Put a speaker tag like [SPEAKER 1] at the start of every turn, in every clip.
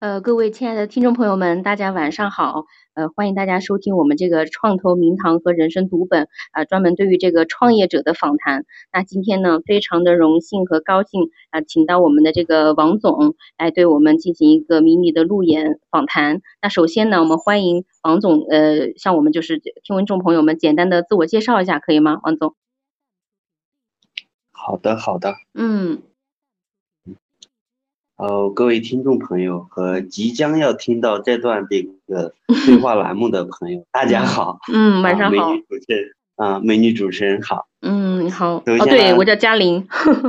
[SPEAKER 1] 呃，各位亲爱的听众朋友们，大家晚上好。呃，欢迎大家收听我们这个创投名堂和人生读本啊、呃，专门对于这个创业者的访谈。那今天呢，非常的荣幸和高兴啊、呃，请到我们的这个王总来对我们进行一个迷你的路演访谈。那首先呢，我们欢迎王总，呃，向我们就是听众朋友们简单的自我介绍一下，可以吗，王总？
[SPEAKER 2] 好的，好的。
[SPEAKER 1] 嗯。
[SPEAKER 2] 呃，各位听众朋友和即将要听到这段这 个对话栏目的朋友，大家好。
[SPEAKER 1] 嗯，晚上
[SPEAKER 2] 好。美女主持人啊，美女主持人好。
[SPEAKER 1] 嗯，好。哦，对，我叫嘉玲。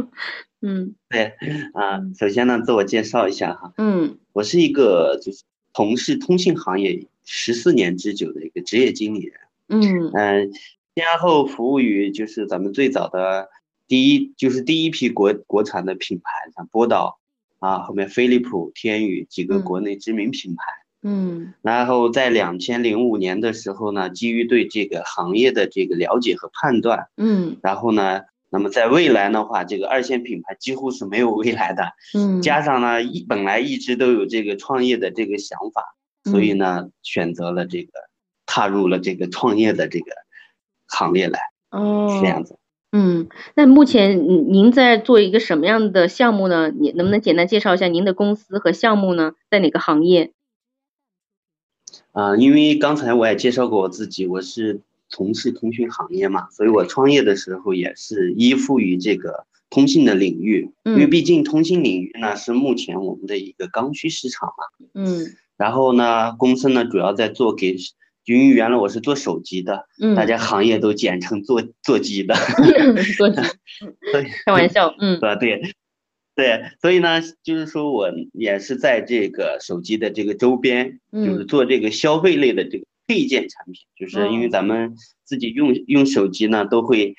[SPEAKER 1] 嗯，
[SPEAKER 2] 对啊，首先呢，自我介绍一下哈。
[SPEAKER 1] 嗯，
[SPEAKER 2] 我是一个就是从事通信行业十四年之久的一个职业经理人。
[SPEAKER 1] 嗯
[SPEAKER 2] 嗯，先后服务于就是咱们最早的第一就是第一批国国产的品牌，像波导。啊，后面飞利浦、天宇几个国内知名品牌，
[SPEAKER 1] 嗯，
[SPEAKER 2] 然后在两千零五年的时候呢，基于对这个行业的这个了解和判断，
[SPEAKER 1] 嗯，
[SPEAKER 2] 然后呢，那么在未来的话，这个二线品牌几乎是没有未来的，
[SPEAKER 1] 嗯，
[SPEAKER 2] 加上呢，一本来一直都有这个创业的这个想法，所以呢，选择了这个踏入了这个创业的这个行列来，
[SPEAKER 1] 哦，
[SPEAKER 2] 是这样子。
[SPEAKER 1] 嗯，那目前您在做一个什么样的项目呢？你能不能简单介绍一下您的公司和项目呢？在哪个行业？
[SPEAKER 2] 啊、呃，因为刚才我也介绍过我自己，我是从事通讯行业嘛，所以我创业的时候也是依附于这个通信的领域，
[SPEAKER 1] 嗯、
[SPEAKER 2] 因为毕竟通信领域呢是目前我们的一个刚需市场
[SPEAKER 1] 嘛。嗯。
[SPEAKER 2] 然后呢，公司呢主要在做给。因为原来我是做手机的，
[SPEAKER 1] 嗯、
[SPEAKER 2] 大家行业都简称做做 机的，
[SPEAKER 1] 做 机，开玩笑，嗯，
[SPEAKER 2] 对对对，所以呢，就是说我也是在这个手机的这个周边，
[SPEAKER 1] 嗯、
[SPEAKER 2] 就是做这个消费类的这个配件产品，就是
[SPEAKER 1] 哦
[SPEAKER 2] 因为咱们自己用、
[SPEAKER 1] 嗯、
[SPEAKER 2] 用手机呢，都会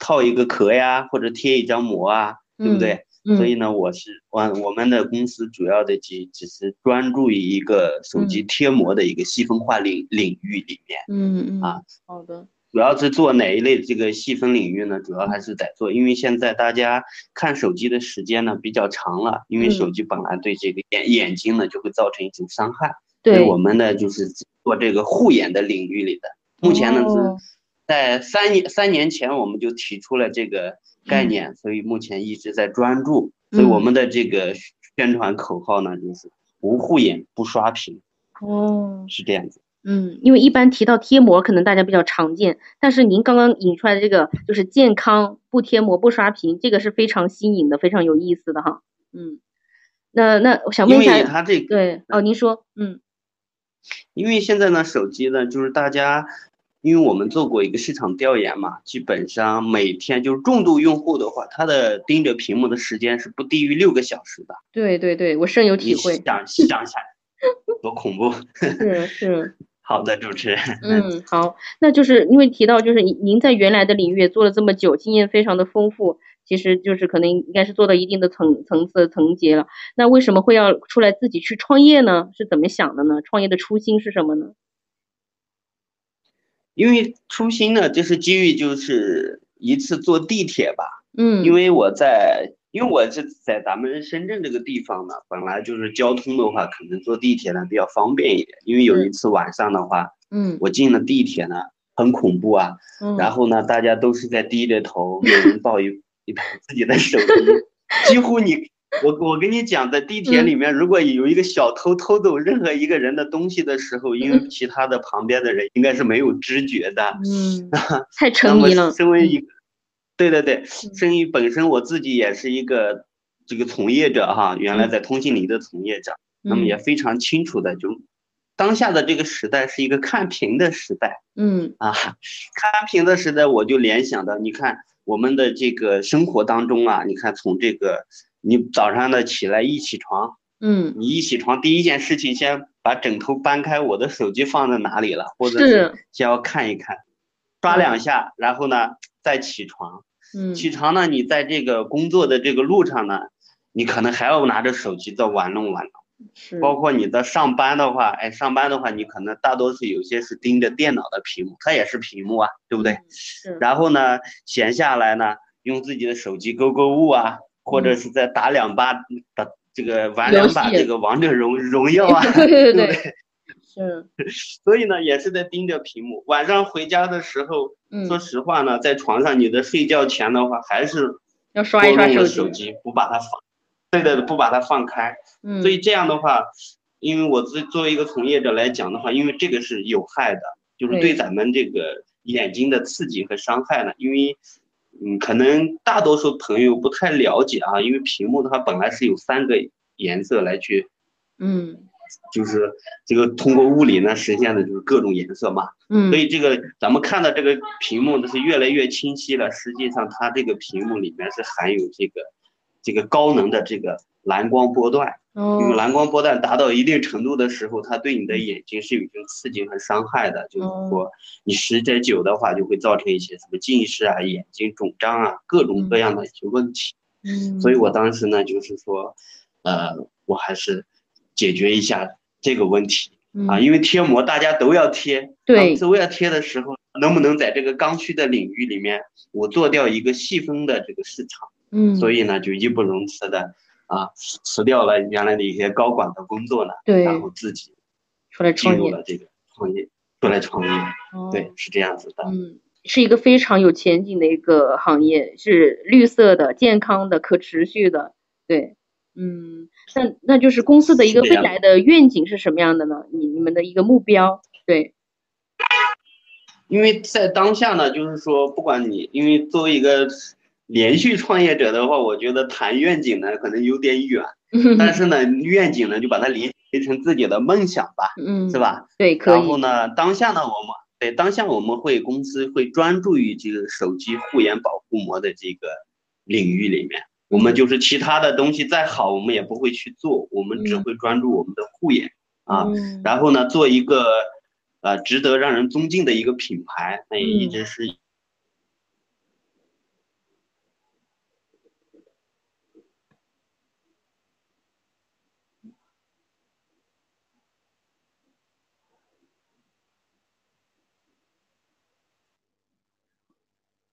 [SPEAKER 2] 套一个壳呀，或者贴一张膜啊，对不对？
[SPEAKER 1] 嗯
[SPEAKER 2] 所以呢，我是我我们的公司主要的只只是专注于一个手机贴膜的一个细分化领领域里面。
[SPEAKER 1] 嗯嗯
[SPEAKER 2] 啊，
[SPEAKER 1] 好的。
[SPEAKER 2] 主要是做哪一类这个细分领域呢？主要还是在做，因为现在大家看手机的时间呢比较长了，因为手机本来对这个眼眼睛呢就会造成一种伤害。
[SPEAKER 1] 对
[SPEAKER 2] 我们呢就是做这个护眼的领域里的。目前呢
[SPEAKER 1] 哦
[SPEAKER 2] 是在三年三年前我们就提出了这个。概
[SPEAKER 1] 嗯
[SPEAKER 2] 念，所以目前一直在专注，所以我们的这个宣传口号呢，就是无护眼不刷屏。
[SPEAKER 1] 哦，
[SPEAKER 2] 是这样子。
[SPEAKER 1] 嗯，因为一般提到贴膜，可能大家比较常见，但是您刚刚引出来的这个就是健康不贴膜不刷屏，这个是非常新颖的，非常有意思的哈。嗯，那那我想问一下，
[SPEAKER 2] 他这个
[SPEAKER 1] 对哦，您说，嗯，
[SPEAKER 2] 因为现在呢，手机呢，就是大家。因为我们做过一个市场调研嘛，基本上每天就是重度用户的话，他的盯着屏幕的时间是不低于六个小时的。
[SPEAKER 1] 对对对，我深有体会。
[SPEAKER 2] 想想一下，多恐怖！
[SPEAKER 1] 是 是。
[SPEAKER 2] 好的，主持人。
[SPEAKER 1] 嗯，好，那就是因为提到就是您您在原来的领域也做了这么久，经验非常的丰富，其实就是可能应该是做到一定的层层次层级了。那为什么会要出来自己去创业呢？是怎么想的呢？创业的初心是什么呢？
[SPEAKER 2] 因为初心呢，就是基于就是一次坐地铁吧，
[SPEAKER 1] 嗯，
[SPEAKER 2] 因为我在，因为我是在咱们深圳这个地方呢，本来就是交通的话，可能坐地铁呢比较方便一点。因为有一次晚上的话，
[SPEAKER 1] 嗯，
[SPEAKER 2] 我进了地铁呢，很恐怖
[SPEAKER 1] 啊，
[SPEAKER 2] 嗯、然后呢，大家都是在低着头，每人抱一 一把自己的手机，几乎你。我我跟你讲，在
[SPEAKER 1] 嗯
[SPEAKER 2] 地铁里面，如果有一个小偷偷走任何一个人的东西的时候，因为其他的旁边的人应该是没有知觉的，
[SPEAKER 1] 嗯，太沉迷了。嗯
[SPEAKER 2] 身为一个，对对对，身为本身我自己也是一个这个从业者哈，原
[SPEAKER 1] 嗯
[SPEAKER 2] 来在通信里的从业者，那么也非常清楚的，就当下的这个时代是一个看屏的时代，
[SPEAKER 1] 嗯
[SPEAKER 2] 啊，看屏的时代，我就联想到，你看我们的这个生活当中啊，你看从这个。你早上呢起来一起床，
[SPEAKER 1] 嗯，
[SPEAKER 2] 你一起床第一件事情先把枕头搬开，我的手机放在哪里了，或者
[SPEAKER 1] 是
[SPEAKER 2] 先要看一看，刷两下，然后呢再起床。
[SPEAKER 1] 嗯，
[SPEAKER 2] 起床呢，你在这个工作的这个路上呢，你可能还要拿着手机在玩弄玩
[SPEAKER 1] 嗯
[SPEAKER 2] 弄，包括你的上班的话，哎，上班的话，你可能大多数有些是盯着电脑的屏幕，它也是屏幕啊，对不
[SPEAKER 1] 嗯
[SPEAKER 2] 对？
[SPEAKER 1] 是。
[SPEAKER 2] 然后呢，闲下来呢，用自己的手机勾勾物啊。或者是在打两巴打这个玩两把这个王者荣荣耀啊，
[SPEAKER 1] 对对
[SPEAKER 2] 对
[SPEAKER 1] 对，是，
[SPEAKER 2] 所以呢，也是在盯着屏幕。晚上回家的时候，
[SPEAKER 1] 嗯，
[SPEAKER 2] 说实话呢，在床上你的睡觉前的话，还是
[SPEAKER 1] 要刷
[SPEAKER 2] 多
[SPEAKER 1] 一刷
[SPEAKER 2] 用了
[SPEAKER 1] 手
[SPEAKER 2] 手
[SPEAKER 1] 机，
[SPEAKER 2] 机，不把它放，对的，不把它放开。
[SPEAKER 1] 嗯，
[SPEAKER 2] 所以这样的话，因为我自作为一个从业者来讲的话，因为这个是有害的，就是
[SPEAKER 1] 对
[SPEAKER 2] 对咱们这个眼睛的刺激和伤害呢，因为。嗯，可能大多数朋友不太了解啊，因为屏幕的话本来是有三个颜色来去，
[SPEAKER 1] 嗯
[SPEAKER 2] 就是这个通过物理呢实现的就是各种颜色嘛。
[SPEAKER 1] 嗯
[SPEAKER 2] 所，以这个咱们看到这个屏幕的是越来越清晰了，实际上它这个屏幕里面是含有这个这个高能的这个蓝光波段，因为
[SPEAKER 1] 哦
[SPEAKER 2] 蓝光波段达到一定程度的时候，它对你的眼睛是有一定刺激和伤害的，就是
[SPEAKER 1] 哦
[SPEAKER 2] 说你时间久的话，就会造成一些什么近视啊、眼睛肿胀啊各种各样的一些问题。
[SPEAKER 1] 嗯，
[SPEAKER 2] 所以我当时呢，就是说，呃，我还是解决一下这个问题。啊，
[SPEAKER 1] 嗯
[SPEAKER 2] 因为贴膜大家都要贴，
[SPEAKER 1] 对
[SPEAKER 2] 那都要贴的时候，能不能在这个刚需的领域里面，我做掉一个细分的这个市场？
[SPEAKER 1] 嗯，
[SPEAKER 2] 所以呢，就义不容辞的啊，辞掉了原来的一些高管的工作呢，
[SPEAKER 1] 对
[SPEAKER 2] 然后自己
[SPEAKER 1] 出来
[SPEAKER 2] 进
[SPEAKER 1] 创
[SPEAKER 2] 入
[SPEAKER 1] 业，
[SPEAKER 2] 了这个创业，出来创业，
[SPEAKER 1] 哦
[SPEAKER 2] 对，，是这样子的。
[SPEAKER 1] 嗯，是一个非常有前景的一个行业，是绿色的、健康的、可持续的，对，嗯，那那就是公司的一个未
[SPEAKER 2] 是这样
[SPEAKER 1] 来的愿景是什么样的呢？你你们的一个目标，对，
[SPEAKER 2] 因为在当下呢，就是说，不管你，因为作为一个连续创业者的话，我觉得谈愿景呢可能有点远，
[SPEAKER 1] 嗯
[SPEAKER 2] 但是呢，愿景呢就把它理解成自己的梦想吧，
[SPEAKER 1] 嗯，
[SPEAKER 2] 是？吧？
[SPEAKER 1] 对，可以，
[SPEAKER 2] 然后呢，当下呢，我们对当下我们会公司会专注于这个手机护眼保护膜的这个领域里面。我
[SPEAKER 1] 嗯
[SPEAKER 2] 们就是其他的东西再好，我们也不会去做，我们只
[SPEAKER 1] 嗯
[SPEAKER 2] 会专注我们的护眼啊。
[SPEAKER 1] 嗯，
[SPEAKER 2] 然后呢，做一个呃值得让人尊敬的一个品牌，那也一
[SPEAKER 1] 嗯
[SPEAKER 2] 直是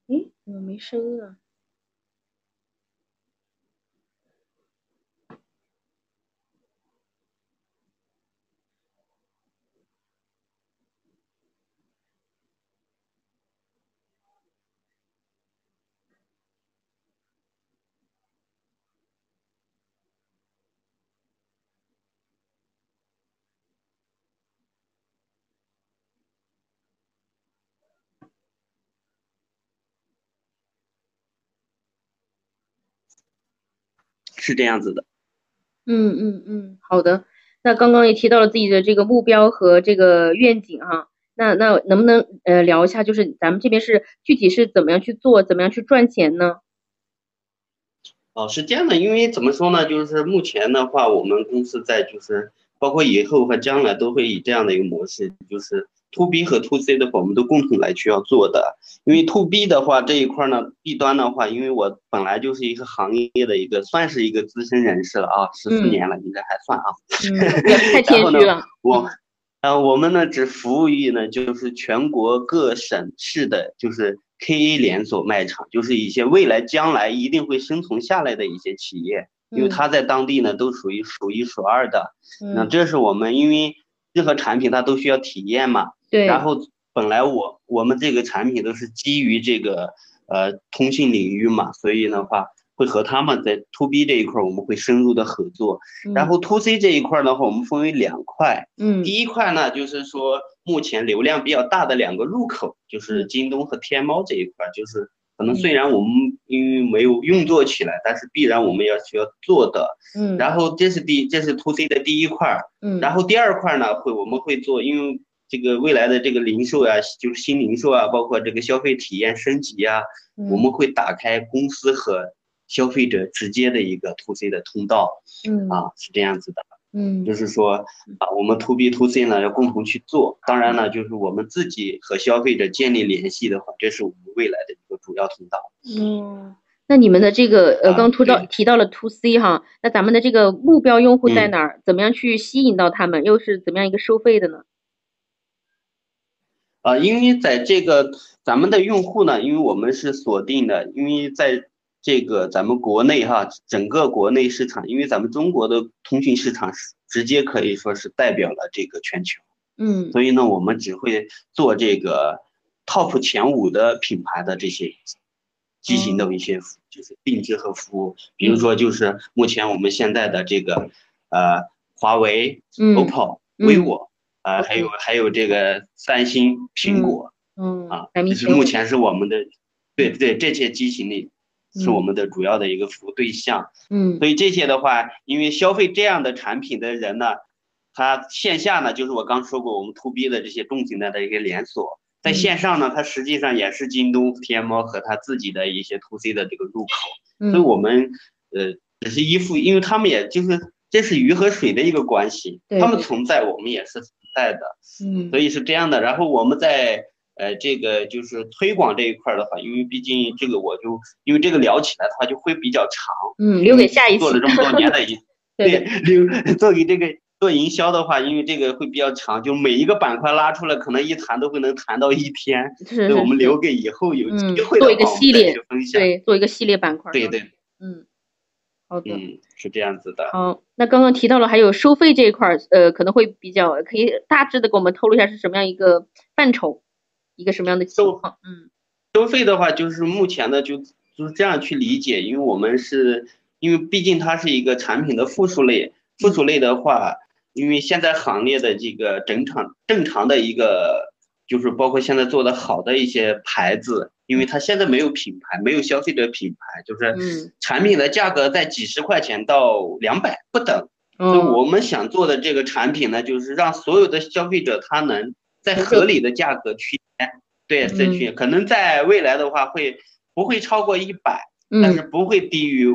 [SPEAKER 1] 诶，怎么没声音啊？
[SPEAKER 2] 是这样子的。
[SPEAKER 1] 嗯嗯嗯，好的。那刚刚也提到了自己的这个目标和这个愿景哈，那那能不能呃聊一下，就是咱们这边是具体是怎么样去做，怎么样去赚钱呢？
[SPEAKER 2] 哦，是这样的，因为怎么说呢，就是目前的话，我们公司在就是包括以后和将来都会以这样的一个模式，就是 to B 和 to C 的话，我们都共同来去要做的。因为 to B 的话这一块呢弊端的话，因为我本来就是一个行业的一个算是一个资深人士了啊，十四
[SPEAKER 1] 嗯
[SPEAKER 2] 年了，应该还算啊。
[SPEAKER 1] 嗯， 不要太谦
[SPEAKER 2] 然后呢
[SPEAKER 1] 虚了。
[SPEAKER 2] 我，呃，我们呢只服务于呢，就是全国各省市的，就是 KA 连锁卖场，就是一些未来将来一定会生存下来的一些企业，因为
[SPEAKER 1] 嗯
[SPEAKER 2] 它在当地呢都属于数一数二的。那
[SPEAKER 1] 嗯，
[SPEAKER 2] 这是我们因为任何产品它都需要体验嘛，
[SPEAKER 1] 对，
[SPEAKER 2] 然后本来我我们这个产品都是基于这个呃通信领域嘛，所以的话会和他们在 to B 这一块儿我们会深入的合作。然
[SPEAKER 1] 嗯
[SPEAKER 2] 后 to C 这一块儿的话，我们分为两块，
[SPEAKER 1] 嗯
[SPEAKER 2] 第一块呢，就是说目前流量比较大的两个入口，就是
[SPEAKER 1] 嗯
[SPEAKER 2] 京东和天猫这一块，就是可能虽然我们因为没有运作起来，但是必然我们要需要做的。
[SPEAKER 1] 嗯，
[SPEAKER 2] 然后这是第这是 to C 的第一块，
[SPEAKER 1] 嗯
[SPEAKER 2] 然后第二块呢，会我们会做，因为这个未来的这个零售啊，就是新零售啊，包括这个消费体验升级啊，
[SPEAKER 1] 嗯
[SPEAKER 2] 我们会打开公司和消费者直接的一个 to C 的通道
[SPEAKER 1] 嗯
[SPEAKER 2] 啊，是这样子的。
[SPEAKER 1] 嗯
[SPEAKER 2] 就是说啊，我们 to B to C 呢要共同去做。当然呢，就是我们自己和消费者建立联系的话，这是我们未来的一个主要通道。
[SPEAKER 1] 哦，那你们的这个呃，
[SPEAKER 2] 啊
[SPEAKER 1] 刚提到
[SPEAKER 2] 对
[SPEAKER 1] 提到了 to C 哈，那咱们的这个目标用户在
[SPEAKER 2] 嗯
[SPEAKER 1] 哪儿？怎么样去吸引到他们？又是怎么样一个收费的呢？
[SPEAKER 2] 呃啊，因为在这个咱们的用户呢，因为我们是锁定的，因为在这个咱们国内哈，整个国内市场，因为咱们中国的通讯市场是直接可以说是代表了这个全球，
[SPEAKER 1] 嗯
[SPEAKER 2] 所以呢，我们只会做这个 top 前五的品牌的这些
[SPEAKER 1] 嗯
[SPEAKER 2] 机型的一些服就是定制和服务，比如说就是目前我们现在的这个呃华为、
[SPEAKER 1] 嗯
[SPEAKER 2] OPPO、
[SPEAKER 1] 嗯
[SPEAKER 2] vivo 啊、
[SPEAKER 1] OK
[SPEAKER 2] 还有还有这个三星、苹果、
[SPEAKER 1] 嗯
[SPEAKER 2] 啊，
[SPEAKER 1] 百
[SPEAKER 2] 就
[SPEAKER 1] 米
[SPEAKER 2] 是
[SPEAKER 1] 前五
[SPEAKER 2] 目前是我们的，对对，这些机型里是
[SPEAKER 1] 嗯
[SPEAKER 2] 我们的主要的一个服务对象。
[SPEAKER 1] 嗯
[SPEAKER 2] 所以这些的话，因为消费这样的产品的人呢，他线下呢，就是我刚说过，我们 to B 的这些重型的这些连锁，在
[SPEAKER 1] 嗯
[SPEAKER 2] 线上呢，它实际上也是京东、天猫和它自己的一些 to C 的这个入口。所以
[SPEAKER 1] 嗯
[SPEAKER 2] 我们呃，只是依附，因为他们也就是这是鱼和水的一个关系，
[SPEAKER 1] 对
[SPEAKER 2] 他们
[SPEAKER 1] 对
[SPEAKER 2] 存在，我们也是存在的。
[SPEAKER 1] 嗯
[SPEAKER 2] 所以是这样的。然后我们在呃这个就是推广这一块儿的话，因为毕竟这个我就因为这个聊起来的话就会比较长，
[SPEAKER 1] 嗯，留给下一期
[SPEAKER 2] 做了这么多年的营
[SPEAKER 1] 对
[SPEAKER 2] 对
[SPEAKER 1] 对
[SPEAKER 2] 留做给这个做营销的话，因为这个会比较长，就每一个板块拉出来，可能一谈都会能谈到一天，
[SPEAKER 1] 是
[SPEAKER 2] 所
[SPEAKER 1] 是
[SPEAKER 2] 以我
[SPEAKER 1] 是
[SPEAKER 2] 们留给以后有
[SPEAKER 1] 嗯
[SPEAKER 2] 机会的
[SPEAKER 1] 做一
[SPEAKER 2] 话，
[SPEAKER 1] 个
[SPEAKER 2] 我们
[SPEAKER 1] 系
[SPEAKER 2] 再
[SPEAKER 1] 列
[SPEAKER 2] 去分享。
[SPEAKER 1] 对做一个系列板块儿
[SPEAKER 2] 对
[SPEAKER 1] 嗯
[SPEAKER 2] 对，
[SPEAKER 1] 嗯好的
[SPEAKER 2] 嗯，是这样子的。
[SPEAKER 1] 好，那刚刚提到了还有收费这一块儿，呃，可能会比较可以大致的给我们透露一下是什么样一个范畴，一个什么样的情
[SPEAKER 2] 收
[SPEAKER 1] 况？嗯
[SPEAKER 2] 收费的话，就是目前呢，就就是这样去理解，因为我们是，因为毕竟它是一个产品的附属类，附属类的话，因为现在行业的这个整场正常的一个，就是包括现在做的好的一些牌子，因为它现在没有品牌，没有消费者品牌，就是
[SPEAKER 1] 嗯
[SPEAKER 2] 产品的价格在几十块钱到两百不等。所以
[SPEAKER 1] 嗯
[SPEAKER 2] 我们想做的这个产品呢，就是让所有的消费者他能在合理的价格区间，对，再去，
[SPEAKER 1] 嗯
[SPEAKER 2] 可能在未来的话会不会超过一百，但是
[SPEAKER 1] 嗯
[SPEAKER 2] 不会低于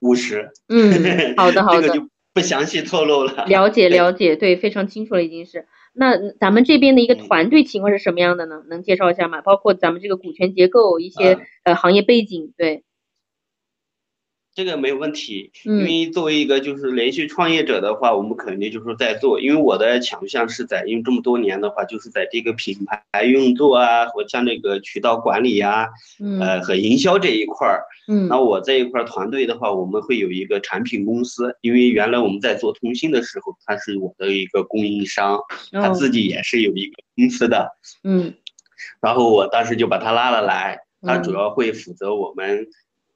[SPEAKER 2] 五十。
[SPEAKER 1] 嗯，好的好
[SPEAKER 2] 这
[SPEAKER 1] 的
[SPEAKER 2] 个，就不详细透露了。
[SPEAKER 1] 了解
[SPEAKER 2] 对
[SPEAKER 1] 了解，对，非常清楚了，已经是。那咱们这边的一个
[SPEAKER 2] 嗯
[SPEAKER 1] 团队情况是什么样的呢？能介绍一下吗？包括咱们这个股权结构、一些
[SPEAKER 2] 嗯
[SPEAKER 1] 呃行业背景，对，
[SPEAKER 2] 这个没有问题，因
[SPEAKER 1] 嗯
[SPEAKER 2] 为作为一个就是连续创业者的话，我们肯定就是在做。因为我的强项是在，因为这么多年的话，就是在这个品牌运作啊，和像这个渠道管理啊，
[SPEAKER 1] 嗯
[SPEAKER 2] 呃，和营销这一块儿，那
[SPEAKER 1] 嗯
[SPEAKER 2] 我这一块儿团队的话，我们会有一个产品公司，因为原来我们在做通信的时候，它是我的一个供应商，他
[SPEAKER 1] 哦
[SPEAKER 2] 自己也是有一个公司的。
[SPEAKER 1] 嗯
[SPEAKER 2] 然后我当时就把他拉了来，他主
[SPEAKER 1] 嗯
[SPEAKER 2] 要会负责我们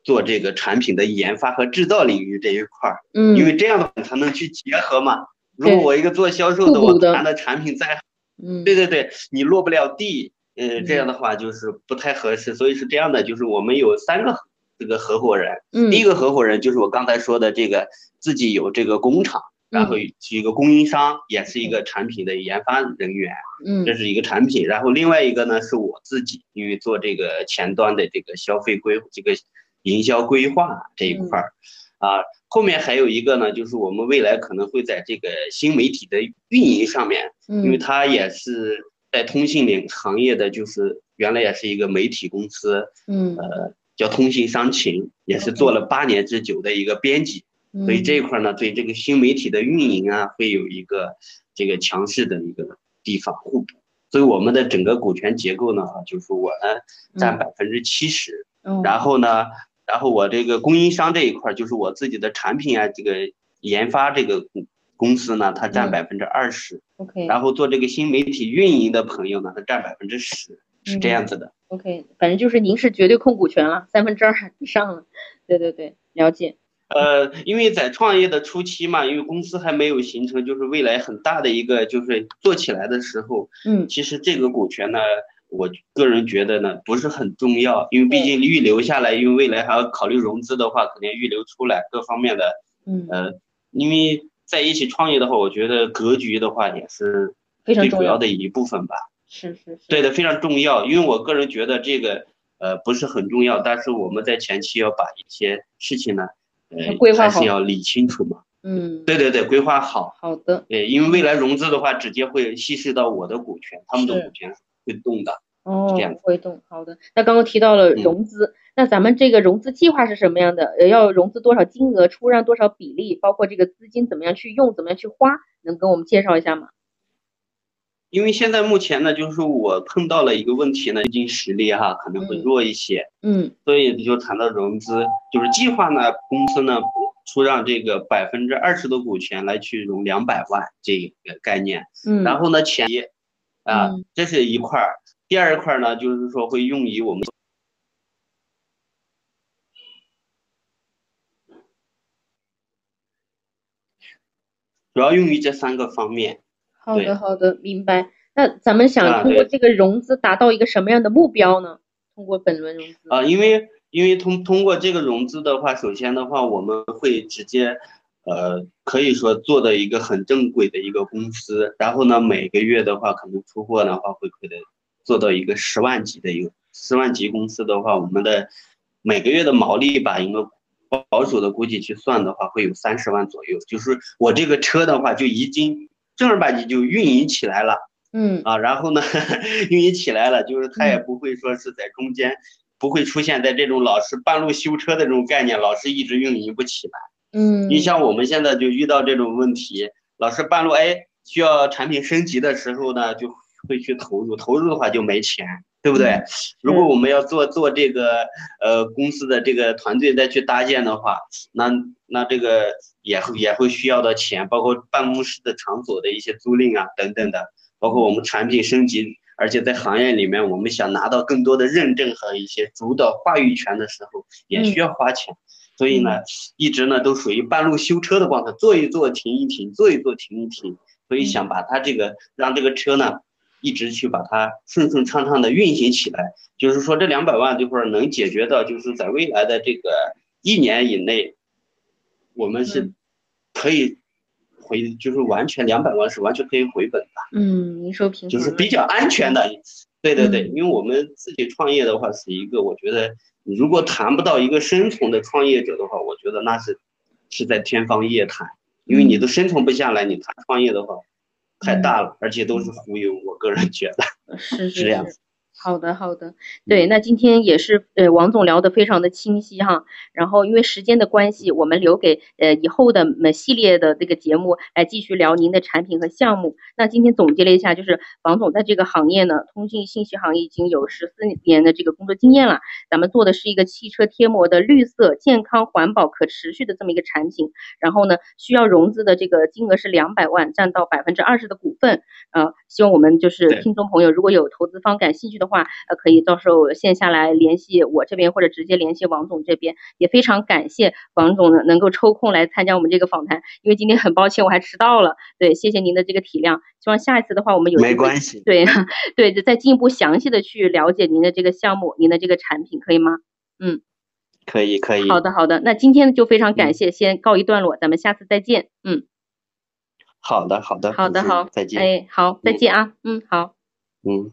[SPEAKER 2] 做这个产品的研发和制造领域这一块儿，
[SPEAKER 1] 嗯，
[SPEAKER 2] 因为这样的话才能去结合嘛。如
[SPEAKER 1] 对
[SPEAKER 2] 果我一个做销售
[SPEAKER 1] 互
[SPEAKER 2] 的，
[SPEAKER 1] 补
[SPEAKER 2] 我
[SPEAKER 1] 的
[SPEAKER 2] 谈的产品再
[SPEAKER 1] 嗯
[SPEAKER 2] 对对对，你落不了地，呃，这样
[SPEAKER 1] 嗯
[SPEAKER 2] 的话就是不太合适，所以是这样的，就是我们有三个合这个合伙人，
[SPEAKER 1] 嗯
[SPEAKER 2] 第一个合伙人就是我刚才说的这个自己有这个工厂，然
[SPEAKER 1] 嗯
[SPEAKER 2] 后是一个供应商，也是一个产品的研发人员，
[SPEAKER 1] 嗯
[SPEAKER 2] 这是一个产品，然后另外一个呢是我自己，因为做这个前端的这个消费规这个营销规划这一
[SPEAKER 1] 嗯
[SPEAKER 2] 块儿，啊，后面还有一个呢，就是我们未来可能会在这个新媒体的运营上面。因为
[SPEAKER 1] 嗯
[SPEAKER 2] 它也是在通信领行业的，就是原来也是一个媒体公司，
[SPEAKER 1] 嗯
[SPEAKER 2] 呃，叫通信商情，也是做了八年之久的一个编辑，
[SPEAKER 1] 嗯，
[SPEAKER 2] 所以这一块呢，对这个新媒体的运营啊，会有一个这个强势的一个地方互补。所以我们的整个股权结构呢，啊就是我呢占百分之七十，
[SPEAKER 1] 嗯
[SPEAKER 2] 然后呢，然后我这个供应商这一块儿，就是我自己的产品啊，这个研发这个公公司呢，它占
[SPEAKER 1] 嗯
[SPEAKER 2] 百分之二十，
[SPEAKER 1] OK
[SPEAKER 2] 然后做这个新媒体运营的朋友呢，它占百分之十，是
[SPEAKER 1] 嗯
[SPEAKER 2] 这样子的。
[SPEAKER 1] OK，反正就是您是绝对控股权了，三分之二以上了，对对对，了解，
[SPEAKER 2] 呃，因为在创业的初期嘛，因为公司还没有形成，就是未来很大的一个就是做起来的时候，
[SPEAKER 1] 嗯
[SPEAKER 2] 其实这个股权呢，我个人觉得呢不是很重要，因为毕竟预留下来，因为未来还要考虑融资的话，肯定预留出来各方面的
[SPEAKER 1] 嗯，
[SPEAKER 2] 呃，因为在一起创业的话，我觉得格局的话也是
[SPEAKER 1] 非常
[SPEAKER 2] 最
[SPEAKER 1] 重
[SPEAKER 2] 主要
[SPEAKER 1] 要，
[SPEAKER 2] 的一部分吧。
[SPEAKER 1] 是是是，
[SPEAKER 2] 对的，非常重要。因为我个人觉得这个呃不是很重要，但是我们在前期要把一些事情呢，呃
[SPEAKER 1] 要，规划
[SPEAKER 2] 还
[SPEAKER 1] 好
[SPEAKER 2] 是要理清楚嘛。
[SPEAKER 1] 嗯，
[SPEAKER 2] 对对对，规划好。
[SPEAKER 1] 好的，
[SPEAKER 2] 对，因为未来融资的话，直接会稀释到我的股权，他们的
[SPEAKER 1] 是
[SPEAKER 2] 股权会动的。
[SPEAKER 1] 哦
[SPEAKER 2] 这样，子
[SPEAKER 1] 会动，好的。那刚刚提到了
[SPEAKER 2] 嗯
[SPEAKER 1] 融资，那咱们这个融资计划是什么样的？呃，要融资多少金额，出让多少比例，包括这个资金怎么样去用，怎么样去花，能跟我们介绍一下吗？
[SPEAKER 2] 因为现在目前呢，就是我碰到了一个问题呢，最近实力哈、可能会弱一些，
[SPEAKER 1] 嗯
[SPEAKER 2] 所以就谈到融资，就是计划呢，公司呢出让这个百分之二十的股权来去融两百万这个概念，
[SPEAKER 1] 嗯，
[SPEAKER 2] 然后呢前提啊
[SPEAKER 1] 嗯，
[SPEAKER 2] 这是一块儿，第二块儿呢就是说会用于我们主要用于这三个方面。
[SPEAKER 1] 好
[SPEAKER 2] 对
[SPEAKER 1] 的好的，明白。那咱们想
[SPEAKER 2] 啊
[SPEAKER 1] 通过
[SPEAKER 2] 对
[SPEAKER 1] 这个融资达到一个什么样的目标呢？通过本轮融资，
[SPEAKER 2] 啊，因为因为通通过这个融资的话，首先的话，我们会直接，呃，可以说做的一个很正规的一个公司，然后呢，每个月的话，可能出货的话会可能做到一个十万级的一个十万级公司的话，我们的每个月的毛利吧，应该保保守的估计去算的话，会有三十万左右。就是我这个车的话，就已经正儿八经就运营起来了。
[SPEAKER 1] 嗯
[SPEAKER 2] 啊，然后呢，运营起来了，就是他也不会说是在中间，不会出现在这种老是半路修车的这种概念，老是一直运营不起来。
[SPEAKER 1] 嗯，
[SPEAKER 2] 你像我们现在就遇到这种问题，老是半路哎需要产品升级的时候呢，就会去投入，投入的话就没钱，对不对？如果我们要做做这个呃公司的这个团队再去搭建的话，那那这个也会也会需要的钱，包括办公室的场所的一些租赁啊等等的，包括我们产品升级，而且在行业里面我们想拿到更多的认证和一些主导话语权的时候，也需要花钱。所以呢，一直呢都属于半路修车的状态，做一做停一停，做一做停一停。所以想把它这个让这个车呢，一直去把它顺顺畅畅的运行起来。就是说这两百万这块儿能解决到，就是在未来的这个一年以内，我们是
[SPEAKER 1] 嗯
[SPEAKER 2] 可以回，就是完全两百万是完全可以回本的，
[SPEAKER 1] 嗯，营收平衡
[SPEAKER 2] 就是比较安全的。对对对，
[SPEAKER 1] 嗯
[SPEAKER 2] 因为我们自己创业的话，是一个我觉得你如果谈不到一个生存的创业者的话，我觉得那是是在天方夜谭，因为你
[SPEAKER 1] 嗯
[SPEAKER 2] 都生存不下来，你谈创业的话太大了，而且都
[SPEAKER 1] 嗯
[SPEAKER 2] 是忽悠。我个人觉得。
[SPEAKER 1] 是是
[SPEAKER 2] 这样嗯
[SPEAKER 1] 是，好的好的，对，那今天也是呃，王总聊得非常的清晰哈。然后因为时间的关系，我们留给呃以后的呃系列的这个节目来继续聊您的产品和项目。那今天总结了一下，就是王总在这个行业呢，通信信息行业已经有十四年的这个工作经验了。咱们做的是一个汽车贴膜的绿色、健康、环保、可持续的这么一个产品。然后呢，需要融资的这个金额是两百万，占到百分之二十的股份。呃，希望我们就是
[SPEAKER 2] 对
[SPEAKER 1] 听众朋友，如果有投资方感兴趣的话，呃，可以到时候线下来联系我这边，或者直接联系王总这边。也非常感谢王总呢能够抽空来参加我们这个访谈，因为今天很抱歉我还迟到了。对，谢谢您的这个体谅，希望下一次的话我们有
[SPEAKER 2] 没
[SPEAKER 1] 机会
[SPEAKER 2] 关系，
[SPEAKER 1] 对 对，就再进一步详细的去了解您的这个项目，您的这个产品，可以吗？
[SPEAKER 2] 可以可以。
[SPEAKER 1] 好的，好的，那今天就非常感
[SPEAKER 2] 嗯
[SPEAKER 1] 谢，先告一段落，咱们下次再见。嗯，
[SPEAKER 2] 好的好的
[SPEAKER 1] 好的，
[SPEAKER 2] 不客气
[SPEAKER 1] 好，
[SPEAKER 2] 再见。
[SPEAKER 1] 哎，好，再
[SPEAKER 2] 嗯
[SPEAKER 1] 见啊，嗯，好。
[SPEAKER 2] 嗯。